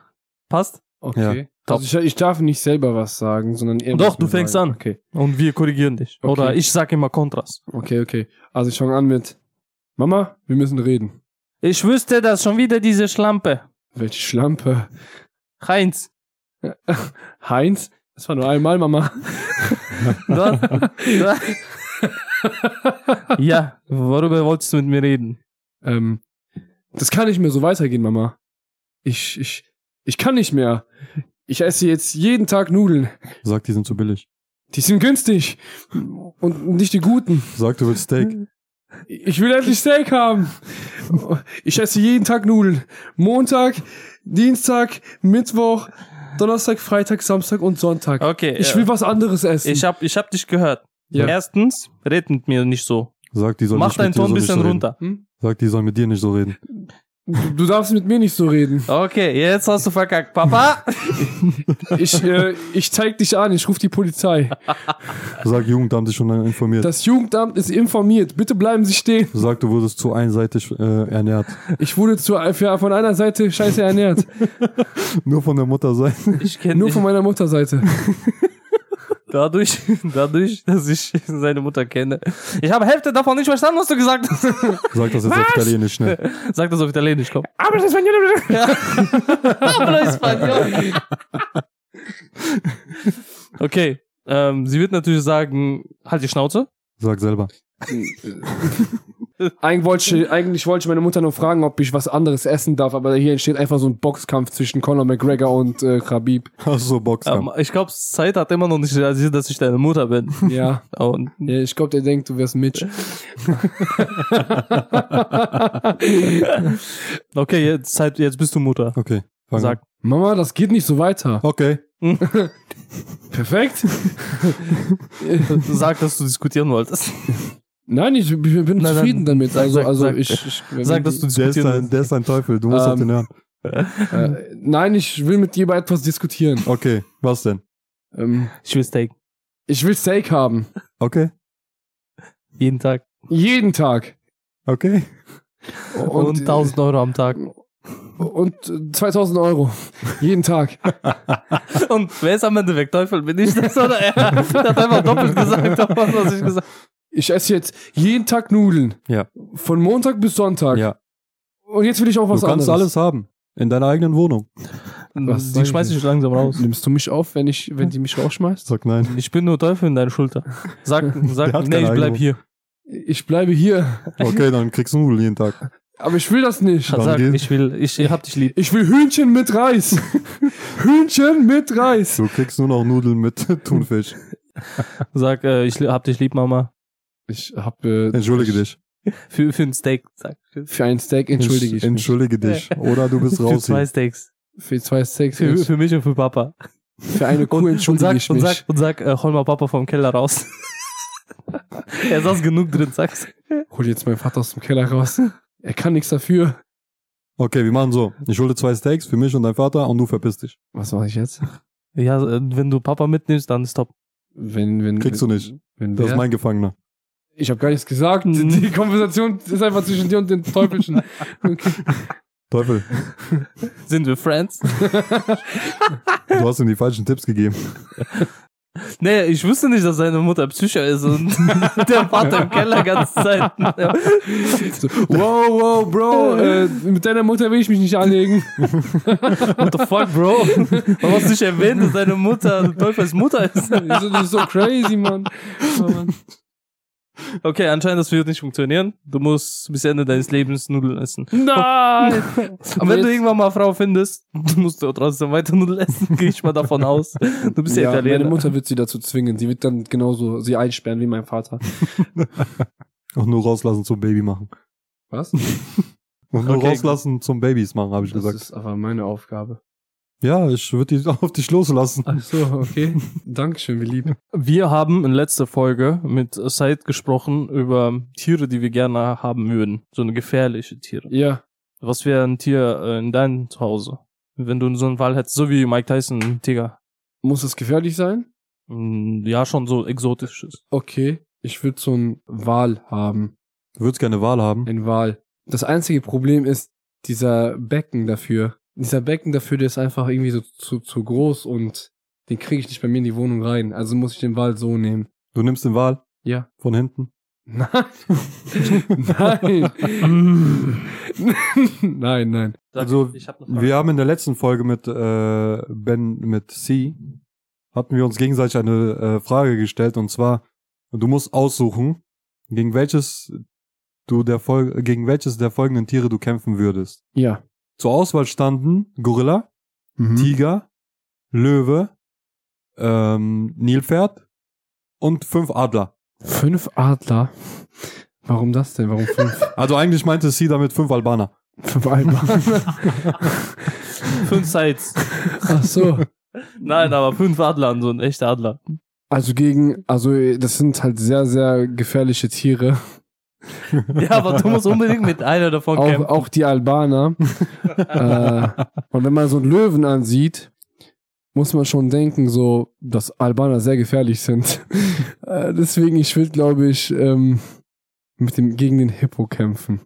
S2: Passt?
S3: Okay.
S2: Top.
S3: Also ich, ich darf nicht selber was sagen, sondern er
S2: Doch,
S3: muss
S2: du
S3: mir
S2: fängst
S3: sagen.
S2: an.
S3: Okay,
S2: Und wir korrigieren dich.
S3: Okay.
S2: Oder ich sage immer Kontras.
S3: okay, okay. Also ich fange an mit Mama, wir müssen reden.
S2: Ich wüsste das schon wieder, diese Schlampe.
S3: Welche Schlampe.
S2: Heinz.
S3: Heinz? Das war nur einmal, Mama.
S2: Da, da. ja, worüber wolltest du mit mir reden?
S3: Ähm, das kann nicht mehr so weitergehen, Mama. Ich, ich, ich kann nicht mehr. Ich esse jetzt jeden Tag Nudeln.
S1: Sag, die sind zu billig.
S3: Die sind günstig. Und nicht die guten.
S1: Sag, du willst Steak.
S3: Ich will endlich Steak haben. Ich esse jeden Tag Nudeln. Montag, Dienstag, Mittwoch, Donnerstag, Freitag, Samstag und Sonntag.
S2: Okay. äh,
S3: Ich will was anderes essen.
S2: ich hab, ich hab dich gehört.
S3: Ja.
S2: Erstens, red mit mir nicht so.
S1: Sag, die sollen
S2: Mach
S1: nicht
S2: deinen
S1: mit dir
S2: Ton ein
S1: so nicht
S2: bisschen
S1: so
S2: runter.
S3: Hm?
S1: Reden. Sag, die sollen mit dir nicht so reden.
S3: Du du darfst mit mir nicht so reden.
S2: Okay, jetzt hast du verkackt. Papa!
S3: Ich, äh, ich zeig dich an, ich rufe die Polizei.
S1: Sag, Jugendamt ist schon informiert.
S3: Das Jugendamt ist informiert. Bitte bleiben Sie stehen.
S1: Sag, du wurdest zu einseitig äh, ernährt.
S3: Ich wurde zu, für, von einer Seite scheiße ernährt.
S1: Nur von der Mutter sein.
S2: Ich kenne
S3: Nur von meiner Mutterseite.
S2: dadurch, dadurch, dass ich seine Mutter kenne. Ich habe Hälfte davon nicht verstanden, was du gesagt hast.
S1: Sag das jetzt auf Italienisch schnell.
S2: Sag das auf Italienisch, komm.
S3: Aber das war nicht.
S2: Habla Español. Okay. Ähm, sie wird natürlich sagen, halt die Schnauze.
S1: Sag selber.
S3: Eigentlich wollte, ich, eigentlich wollte ich meine Mutter nur fragen, ob ich was anderes essen darf, aber hier entsteht einfach so ein Boxkampf zwischen Conor McGregor und äh, Khabib.
S1: Hast so Boxkampf.
S2: Ähm, ich glaube, Zeit hat immer noch nicht realisiert, dass ich deine Mutter bin.
S3: Ja.
S2: Und
S3: ja ich glaube, der denkt, du wärst Mitch.
S2: okay, jetzt, Zeit, jetzt bist du Mutter.
S1: Okay. fang
S2: Sag.
S3: Mama, das geht nicht so weiter.
S1: an. Okay.
S3: Perfekt.
S2: Sag, dass du diskutieren wolltest.
S3: Nein, ich, ich bin
S2: Nein,
S3: zufrieden
S2: nein.
S3: damit. Also,
S2: Sag-
S3: also
S2: sag-
S3: ich, ich wenn
S2: Sag, dass du
S1: Der ist,
S2: diskutieren
S1: ein,
S2: wolltest.
S1: der ist ein Teufel. Du musst auf
S3: Ähm.
S1: den hören.
S3: äh, nein, ich will mit dir über etwas diskutieren.
S1: Okay. Was denn?
S3: Ähm,
S2: Ich will Steak.
S3: ich will Steak haben.
S1: Okay.
S2: Jeden Tag.
S3: Jeden Tag.
S1: Okay.
S3: äh,
S2: Und, 1000 Euro am Tag.
S3: und äh, 2000 Euro jeden Tag.
S2: Und wer ist am Ende weg? Teufel, bin ich das oder er? Der hat einfach doppelt gesagt, auf was was ich gesagt
S3: Ich esse jetzt jeden Tag Nudeln.
S1: Ja.
S3: Von Montag bis Sonntag.
S1: Ja.
S3: Und jetzt will ich auch
S1: Du
S3: was
S1: kannst alles
S3: anderes.
S1: haben. In deiner eigenen Wohnung.
S3: Was
S2: die
S3: sag
S2: schmeiß
S3: ich
S2: ich langsam raus.
S3: Nimmst du mich auf, wenn ich, wenn die mich rausschmeißt?
S1: Sag nein.
S2: Ich bin nur Teufel in deine Schulter. Sag, sag
S1: keine
S2: nee, ich bleib
S1: Ahnung.
S2: hier.
S3: Ich bleibe hier.
S1: Okay, dann kriegst du Nudeln jeden Tag.
S3: Aber ich will das nicht.
S1: Dann
S2: Sag,
S1: geh.
S2: ich will, ich hab dich lieb.
S3: Ich will Hühnchen mit Reis. Hühnchen mit Reis.
S1: Du kriegst nur noch Nudeln mit Thunfisch.
S2: Sag, äh, ich li- hab dich lieb, Mama.
S3: Ich habe. Äh,
S1: Entschuldige
S3: ich-
S1: dich.
S2: Für, für ein Steak. Sag, für,
S3: Für ein Steak entschuldige ich. mich.
S1: Entschuldige dich. Oder du bist
S2: für
S1: raus.
S2: zwei
S1: hier.
S2: Steaks.
S3: Für zwei Steaks.
S2: Für, für mich und für Papa.
S3: für eine Kuh
S2: und
S3: entschuldige
S2: sag,
S3: ich
S2: und
S3: mich.
S2: sag, und sag äh, hol mal Papa vom Keller raus. er saß genug drin, sag's.
S3: Hol jetzt meinen Vater aus dem Keller raus. Er kann nichts dafür.
S1: Okay, wir machen so. Ich hole zwei Steaks für mich und dein Vater und du verpiss dich.
S3: Was mache ich jetzt?
S2: Ja, äh, wenn du Papa mitnimmst, dann ist top.
S3: Wenn, wenn,
S1: Kriegst du nicht.
S3: Wenn
S1: Das
S3: wer?
S1: ist mein Gefangener.
S3: ich habe gar nichts gesagt. Die,
S2: Mhm.
S3: die Konversation ist einfach zwischen dir und den Teufelchen. Okay.
S1: Teufel,
S2: Sind wir Friends?
S1: du hast ihm die falschen Tipps gegeben.
S2: Nee, ich wüsste nicht, dass seine Mutter Psycho ist und der Vater im Keller ganze Zeit.
S3: So, wow, wow, Bro, äh, mit deiner Mutter will ich mich nicht anlegen.
S2: What the fuck, Bro? Warum hast du nicht erwähnt, dass deine Mutter Teufels Mutter ist?
S3: Das ist- das ist so crazy, Mann. Oh, Mann.
S2: Okay, anscheinend das wird nicht funktionieren. Du musst bis Ende deines Lebens Nudeln essen.
S3: Nein!
S2: Aber
S3: Aber
S2: wenn du
S3: jetzt-
S2: irgendwann mal eine Frau findest, du musst du trotzdem weiter Nudeln essen, gehe ich mal davon aus. Du bist ja,
S3: Ja, meine
S2: Italiener.
S3: Mutter wird sie dazu zwingen. Sie wird dann genauso sie einsperren wie mein Vater.
S1: Und nur rauslassen zum Baby machen.
S3: Was?
S1: Und nur
S2: Okay,
S1: rauslassen zum Babys machen, habe ich
S3: Das
S1: gesagt.
S3: ist aber meine Aufgabe.
S1: Ja, ich würde die auf dich loslassen.
S3: Ach so, okay. Dankeschön, wir lieben.
S2: Wir haben in letzter Folge mit Said gesprochen über Tiere, die wir gerne haben würden. So eine gefährliche Tiere.
S3: Ja,
S2: Was wäre ein Tier äh, in deinem Zuhause? Wenn du so einen Wal hättest, so wie Mike Tyson, ein Tiger.
S3: muss es gefährlich sein?
S2: Mm, Ja, schon so exotisches.
S3: Okay. Ich würde so einen Wal haben.
S1: Du würdest gerne Wahl haben.
S3: Ein Wal. Das einzige Problem ist dieser Becken dafür. Dieser Becken dafür, der ist einfach irgendwie so zu, zu groß und den kriege ich nicht bei mir in die Wohnung rein. Also muss ich den Wal so nehmen.
S1: Du nimmst den Wahl
S3: Ja.
S1: von hinten.
S3: Nein. nein. Mhm. nein, nein.
S1: Also,
S2: ich hab noch
S1: Wir haben in der letzten Folge mit äh, Ben, mit C, hatten wir uns gegenseitig eine äh, Frage gestellt und zwar, du musst aussuchen, gegen welches du der Folge, gegen welches der folgenden Tiere du kämpfen würdest.
S3: Ja. Mhm.
S1: Zur Auswahl standen Gorilla,
S3: Hm?
S1: Tiger, Löwe, ähm, Nilpferd und fünf Adler.
S3: Fünf Adler. Warum das denn? Warum fünf?
S1: Also eigentlich meinte C damit fünf Albaner.
S3: fünf Adler.
S2: fünf Sides.
S3: Ach so.
S2: Nein, aber fünf Adler, so ein echter Adler.
S3: Also gegen, also das sind halt sehr, sehr gefährliche Tiere.
S2: Ja, aber du musst unbedingt mit einer davon
S3: Auch,
S2: kämpfen.
S3: auch die Albaner. äh, und wenn man so einen Löwen ansieht, muss man schon denken, so, dass Albaner sehr gefährlich sind. äh, deswegen, ich würde, glaube ich, ähm, mit dem, gegen den Hippo kämpfen.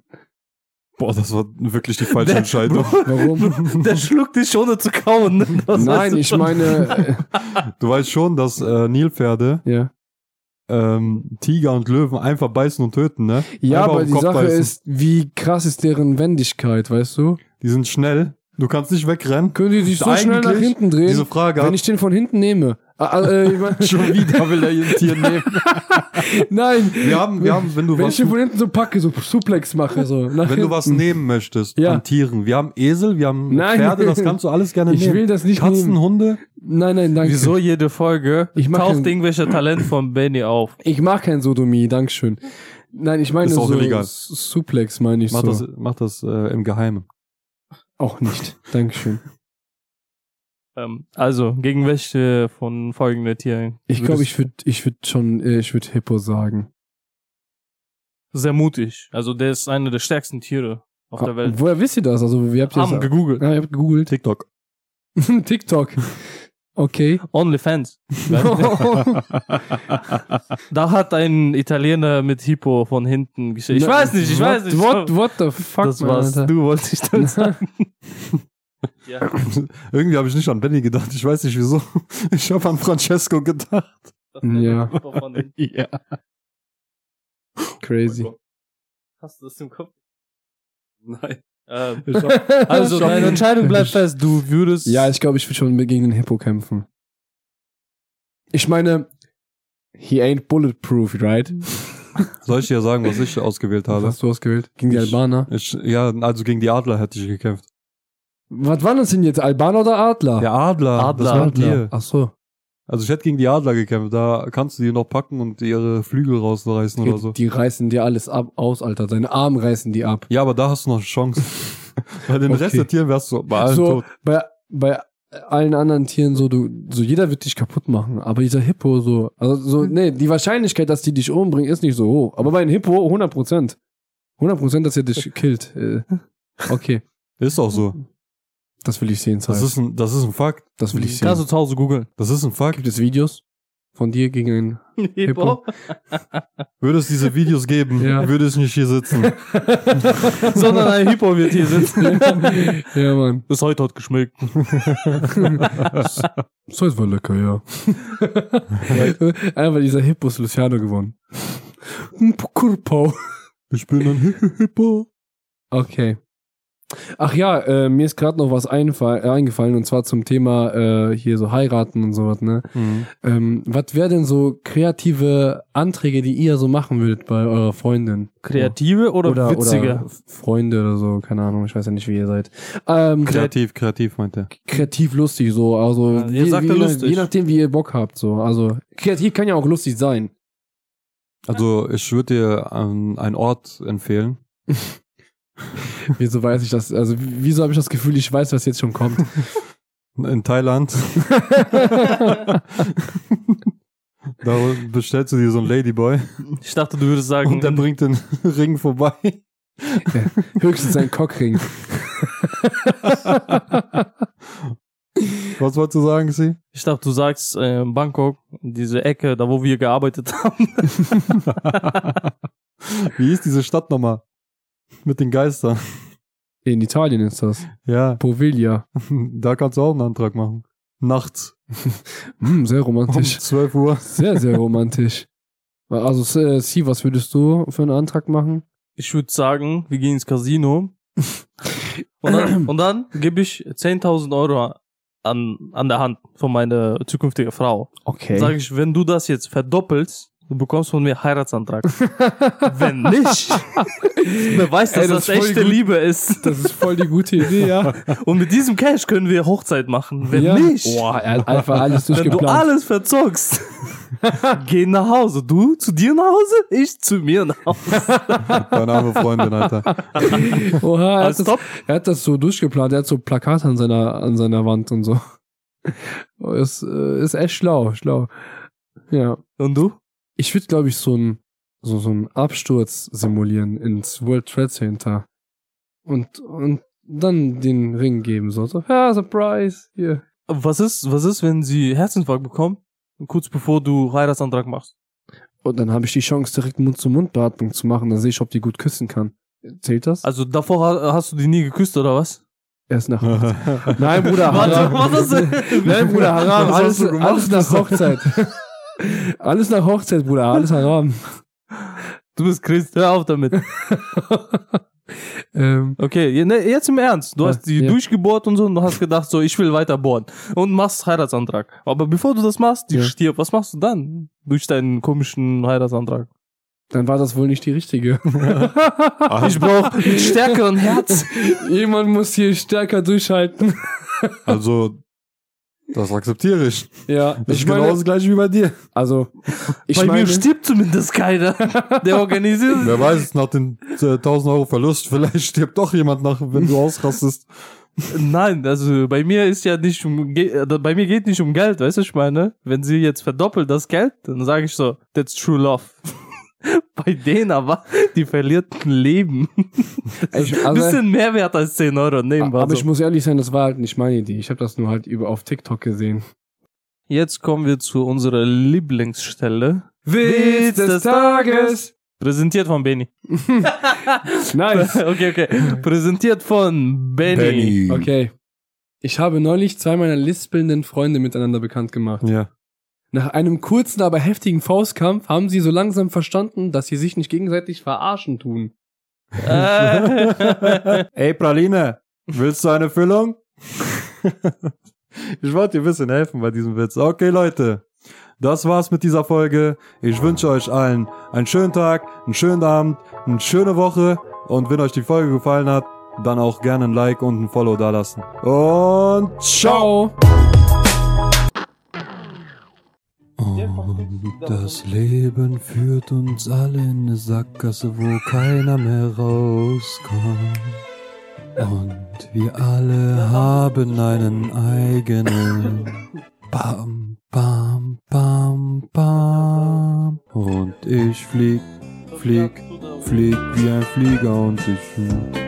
S1: Boah, das war wirklich die falsche
S2: Der-
S1: Entscheidung.
S3: Warum?
S2: Der schluckt dich ohne zu kauen. ne? Das weißt
S3: Nein,
S2: du
S3: ich
S2: schon.
S3: meine,
S1: Du weißt schon, dass äh, Nilpferde
S3: äh, ja.
S1: ähm, Tiger und Löwen einfach beißen und töten, ne?
S3: Ja,
S1: einfach
S3: aber
S1: auf den
S3: die
S1: Kopf
S3: Sache
S1: beißen.
S3: ist, wie krass ist deren Wendigkeit, weißt du?
S1: die sind schnell. Du kannst nicht wegrennen.
S3: Können die sich so schnell nach
S1: Eigentlich,
S3: hinten drehen,
S1: Diese Frage
S3: wenn
S1: hat
S3: ich den von hinten nehme? Ah, ah, äh, ich mein,
S1: schon wieder will er ein Tier nehmen.
S3: nein,
S1: Wir haben, wir haben, wenn du
S3: wenn
S1: was,
S3: ich den von hinten so packe, so Suplex mache, so. nach
S1: wenn du was
S3: hinten.
S1: nehmen möchtest
S3: Ja.
S1: an Tieren, wir haben Esel, wir haben
S3: Nein.
S1: Pferde, das kannst du alles gerne
S3: Ich
S1: nehmen.
S3: will das nicht
S1: Katzen,
S3: nehmen.
S1: Hunde.
S3: Nein, nein, danke.
S2: Wieso jede Folge
S3: Ich mach
S2: taucht
S3: keinen-
S2: irgendwelcher Talent von Benny auf?
S3: Ich mag kein Sodomie, Dankeschön. Nein, ich meine
S1: Ist auch
S3: so
S1: illegal.
S3: S- Suplex meine ich
S1: Mach
S3: so.
S1: das, mach das äh, im Geheimen.
S3: Auch nicht. Dankeschön.
S2: Ähm, also, gegen welche von folgenden Tieren?
S3: Ich
S2: würdest-
S3: glaube, ich würde ich würd schon, äh, ich würde Hippo sagen.
S2: Sehr mutig. Also, der ist einer der stärksten Tiere auf
S3: Ah,
S2: der Welt.
S3: Woher wisst ihr das? Also, wie habt ihr
S2: Haben
S3: das?
S2: gegoogelt.
S3: Ah, ihr habt gegoogelt.
S1: TikTok.
S3: TikTok. Okay.
S2: OnlyFans. da hat ein Italiener mit Hippo von hinten geschickt. Ich
S3: Na,
S2: weiß nicht, ich
S3: what,
S2: weiß nicht.
S3: What, what the fuck,
S2: das
S3: Mann,
S2: warst
S3: Alter.
S2: du, wollte ich dann sagen. ja.
S1: Irgendwie habe ich nicht an Benny gedacht. Ich weiß nicht wieso. Ich habe an Francesco gedacht.
S2: das ist der
S3: Ja.
S2: Hippo von hinten.
S1: Ja.
S3: Crazy.
S1: Oh
S2: Hast du das im Kopf?
S4: Nein.
S2: Ähm,
S3: Ich hab-
S2: also,
S3: Ich hab-
S2: deine Entscheidung bleibt fest. Du würdest.
S3: Ja, ich glaube, ich würde schon gegen den Hippo kämpfen. Ich meine, he ain't bulletproof, right?
S1: Soll ich dir sagen, was ich ausgewählt
S3: Was
S1: habe?
S3: hast du ausgewählt? Gegen die
S1: Ich-
S3: Albaner.
S1: Ich, ja, also gegen die Adler hätte ich gekämpft.
S3: Was waren das denn jetzt? Albaner oder Adler?
S1: Der Adler,
S2: Adler.
S1: das
S3: Adler.
S1: waren die.
S3: Ach so.
S1: Also ich hätte gegen die Adler gekämpft. Da kannst du die noch packen und ihre Flügel rausreißen oder
S3: Die,
S1: so.
S3: die reißen dir alles ab, aus, Alter. Deine Arme reißen die ab.
S1: Ja, aber da hast du noch eine Chance. Bei den Rest
S3: Okay.
S1: der Tieren wärst du bei allen
S3: so,
S1: tot.
S3: bei, bei allen anderen Tieren so, du, so jeder wird dich kaputt machen. Aber dieser Hippo so, also so, nee, die Wahrscheinlichkeit, dass die dich umbringen, ist nicht so hoch. Aber bei einem Hippo 100 Prozent. 100 Prozent, dass er dich killt. Äh, Okay,
S1: Ist auch so.
S3: das will ich sehen,
S1: Das ist ein, das ist ein Fakt.
S3: das will ich sehen.
S2: Kannst du zu Hause googeln.
S1: Das ist ein Fakt.
S3: Gibt es Videos von dir gegen einen? Hippo.
S1: Würde es diese Videos geben,
S3: Ja.
S1: würde ich nicht hier sitzen.
S2: Sondern ein Hippo wird hier sitzen.
S3: ja, Mann.
S2: Das Heute hat geschmeckt.
S3: So, es war lecker, ja. Einfach dieser Hippo ist Luciano gewonnen. Kurpau.
S1: Ich bin ein Hippo.
S3: Okay. Ach ja, äh, mir ist gerade noch was einfall, äh, eingefallen und zwar zum Thema äh, hier so heiraten und sowas, ne?
S1: Mhm.
S3: Ähm, was wäre denn so kreative Anträge, die ihr so machen würdet bei eurer Freundin?
S2: Kreative oder,
S3: oder,
S2: witzige?
S3: oder Freunde oder so, keine Ahnung, ich weiß ja nicht, wie ihr seid. Ähm,
S1: Kreativ, kreativ, meint er.
S3: kreativ lustig so, also
S2: Ja, ihr sagt
S3: wie,
S2: ja
S3: je nach-
S2: lustig.
S3: je nachdem, wie ihr Bock habt so. Also kreativ kann ja auch lustig sein.
S1: Also ich würde dir ähm, einen Ort empfehlen.
S3: Wieso weiß ich das? Also wieso habe ich das Gefühl, ich weiß, was jetzt schon kommt?
S1: In Thailand. da bestellst du dir so einen Ladyboy
S2: Ich dachte, du würdest sagen,
S1: und der bringt den Ring vorbei.
S3: Höchstens ein Cockring.
S1: Was wolltest du sagen, Sie?
S2: ich dachte, du sagst äh, Bangkok, diese Ecke, da wo wir gearbeitet haben.
S1: Wie ist diese Stadt nochmal? Mit den Geistern.
S3: In Italien ist das.
S1: Ja,
S3: Poviglia.
S1: da kannst du auch einen Antrag machen. Nachts
S3: Hm, sehr
S1: um
S3: romantisch.
S1: 12 Uhr.
S3: Sehr, sehr romantisch. Also, äh, Sie, was würdest du für einen Antrag machen?
S2: Ich würde sagen, wir gehen ins Casino. Und dann, und dann gebe ich 10.000 Euro an, an der Hand von meiner zukünftigen Frau.
S3: Okay.
S2: Sage ich, wenn du das jetzt verdoppelst, du bekommst von mir Heiratsantrag. wenn nicht, beweis, dass
S3: Ey, das
S2: das,
S3: ist voll
S2: echte
S3: gut.
S2: Liebe ist.
S3: das ist voll die gute Idee, ja.
S2: Und mit diesem Cash können wir Hochzeit machen. Wenn
S3: ja.
S2: nicht,
S3: Boah, er hat einfach alles
S2: wenn du
S3: durchgeplant.
S2: alles verzockst, geh nach Hause. Du zu dir nach Hause, ich zu mir nach Hause.
S1: Deine arme Freundin, Alter.
S3: Oha, er hat,
S2: Als
S3: das,
S2: Top.
S3: er hat das so durchgeplant. Er hat so Plakate an seiner, an seiner Wand und so. Ist, äh, ist echt schlau, schlau. Ja.
S2: Und du?
S3: Ich würde, glaube ich, so einen so, so einen Absturz simulieren ins World Trade Center. Und, und dann den Ring geben. So, so ja, Surprise, hier.
S2: Was ist, was ist, wenn sie Herzinfarkt bekommt, kurz bevor du Heiratsantrag machst?
S3: Und dann habe ich die Chance, direkt Mund-zu-Mund-Beatmung zu machen. Dann sehe ich, ob die gut küssen kann. Zählt das?
S2: Also davor ha- hast du die nie geküsst oder was?
S3: Erst nach Nein, Bruder,
S2: Warte,
S3: Haram.
S2: was ist das?
S3: Nein, Ne, Bruder, Haram.
S1: Was hast
S3: Alles,
S1: du gemacht?
S3: alles nach Hochzeit. alles nach Hochzeit, Bruder. Alles Haram.
S2: Du bist Christ, hör auf damit.
S3: Ähm,
S2: Okay, je- ne, jetzt im Ernst. Du
S3: Ja,
S2: hast die
S3: ja.
S2: durchgebohrt und so und du hast gedacht, so, ich will weiter bohren. Und machst Heiratsantrag. Aber bevor du das machst, die
S3: Ja.
S2: stirbt. Was machst du dann? Durch deinen komischen Heiratsantrag.
S3: dann war das wohl nicht die richtige.
S2: Ich brauche mit Stärke und Herz.
S3: Jemand muss hier stärker durchhalten.
S1: Also, das akzeptiere ich.
S3: Ja,
S1: Das ist genau das gleiche wie bei dir.
S3: Also, ich
S2: Bei
S3: meine,
S2: mir stirbt zumindest keiner. Der organisiert.
S1: Wer weiß, nach den äh, 1000 Euro Verlust, vielleicht stirbt doch jemand nach, wenn du ausrastest.
S2: Nein, also bei mir ist ja nicht um, ge- äh, bei mir geht nicht um Geld, weißt du, ich meine, wenn sie jetzt verdoppelt das Geld, dann sage ich so, that's true love. bei denen aber, die verliert ein Leben.
S3: ich,
S2: Ein
S3: also, Ah,
S2: bisschen mehr wert als 10 Euro nehmen
S3: aber
S2: wir.
S3: ich
S2: So.
S3: muss ehrlich sein, das war halt nicht meine Idee. Ich habe das nur halt über auf TikTok gesehen.
S2: Jetzt kommen wir zu unserer Lieblingsstelle. Witz des Tages. Präsentiert von Benny.
S3: Nice.
S2: okay, okay. Präsentiert von Benny.
S3: Okay. Ich habe neulich zwei meiner lispelnden Freunde miteinander bekannt gemacht.
S1: Ja.
S3: Nach einem kurzen, aber heftigen Faustkampf haben sie so langsam verstanden, dass sie sich nicht gegenseitig verarschen tun.
S2: Äh,
S1: Ey, Praline, willst du eine Füllung? ich wollte dir ein bisschen helfen bei diesem Witz. Okay, Leute, das war's mit dieser Folge. Ich wünsche euch allen einen schönen Tag, einen schönen Abend, eine schöne Woche. Und wenn euch die Folge gefallen hat, dann auch gerne ein Like und ein Follow dalassen. Und ciao! Und Oh, das Leben führt uns alle in eine Sackgasse, wo keiner mehr rauskommt. Und wir alle haben einen eigenen. Bam, bam, bam, bam. Und ich flieg, flieg, flieg wie ein Flieger und ich.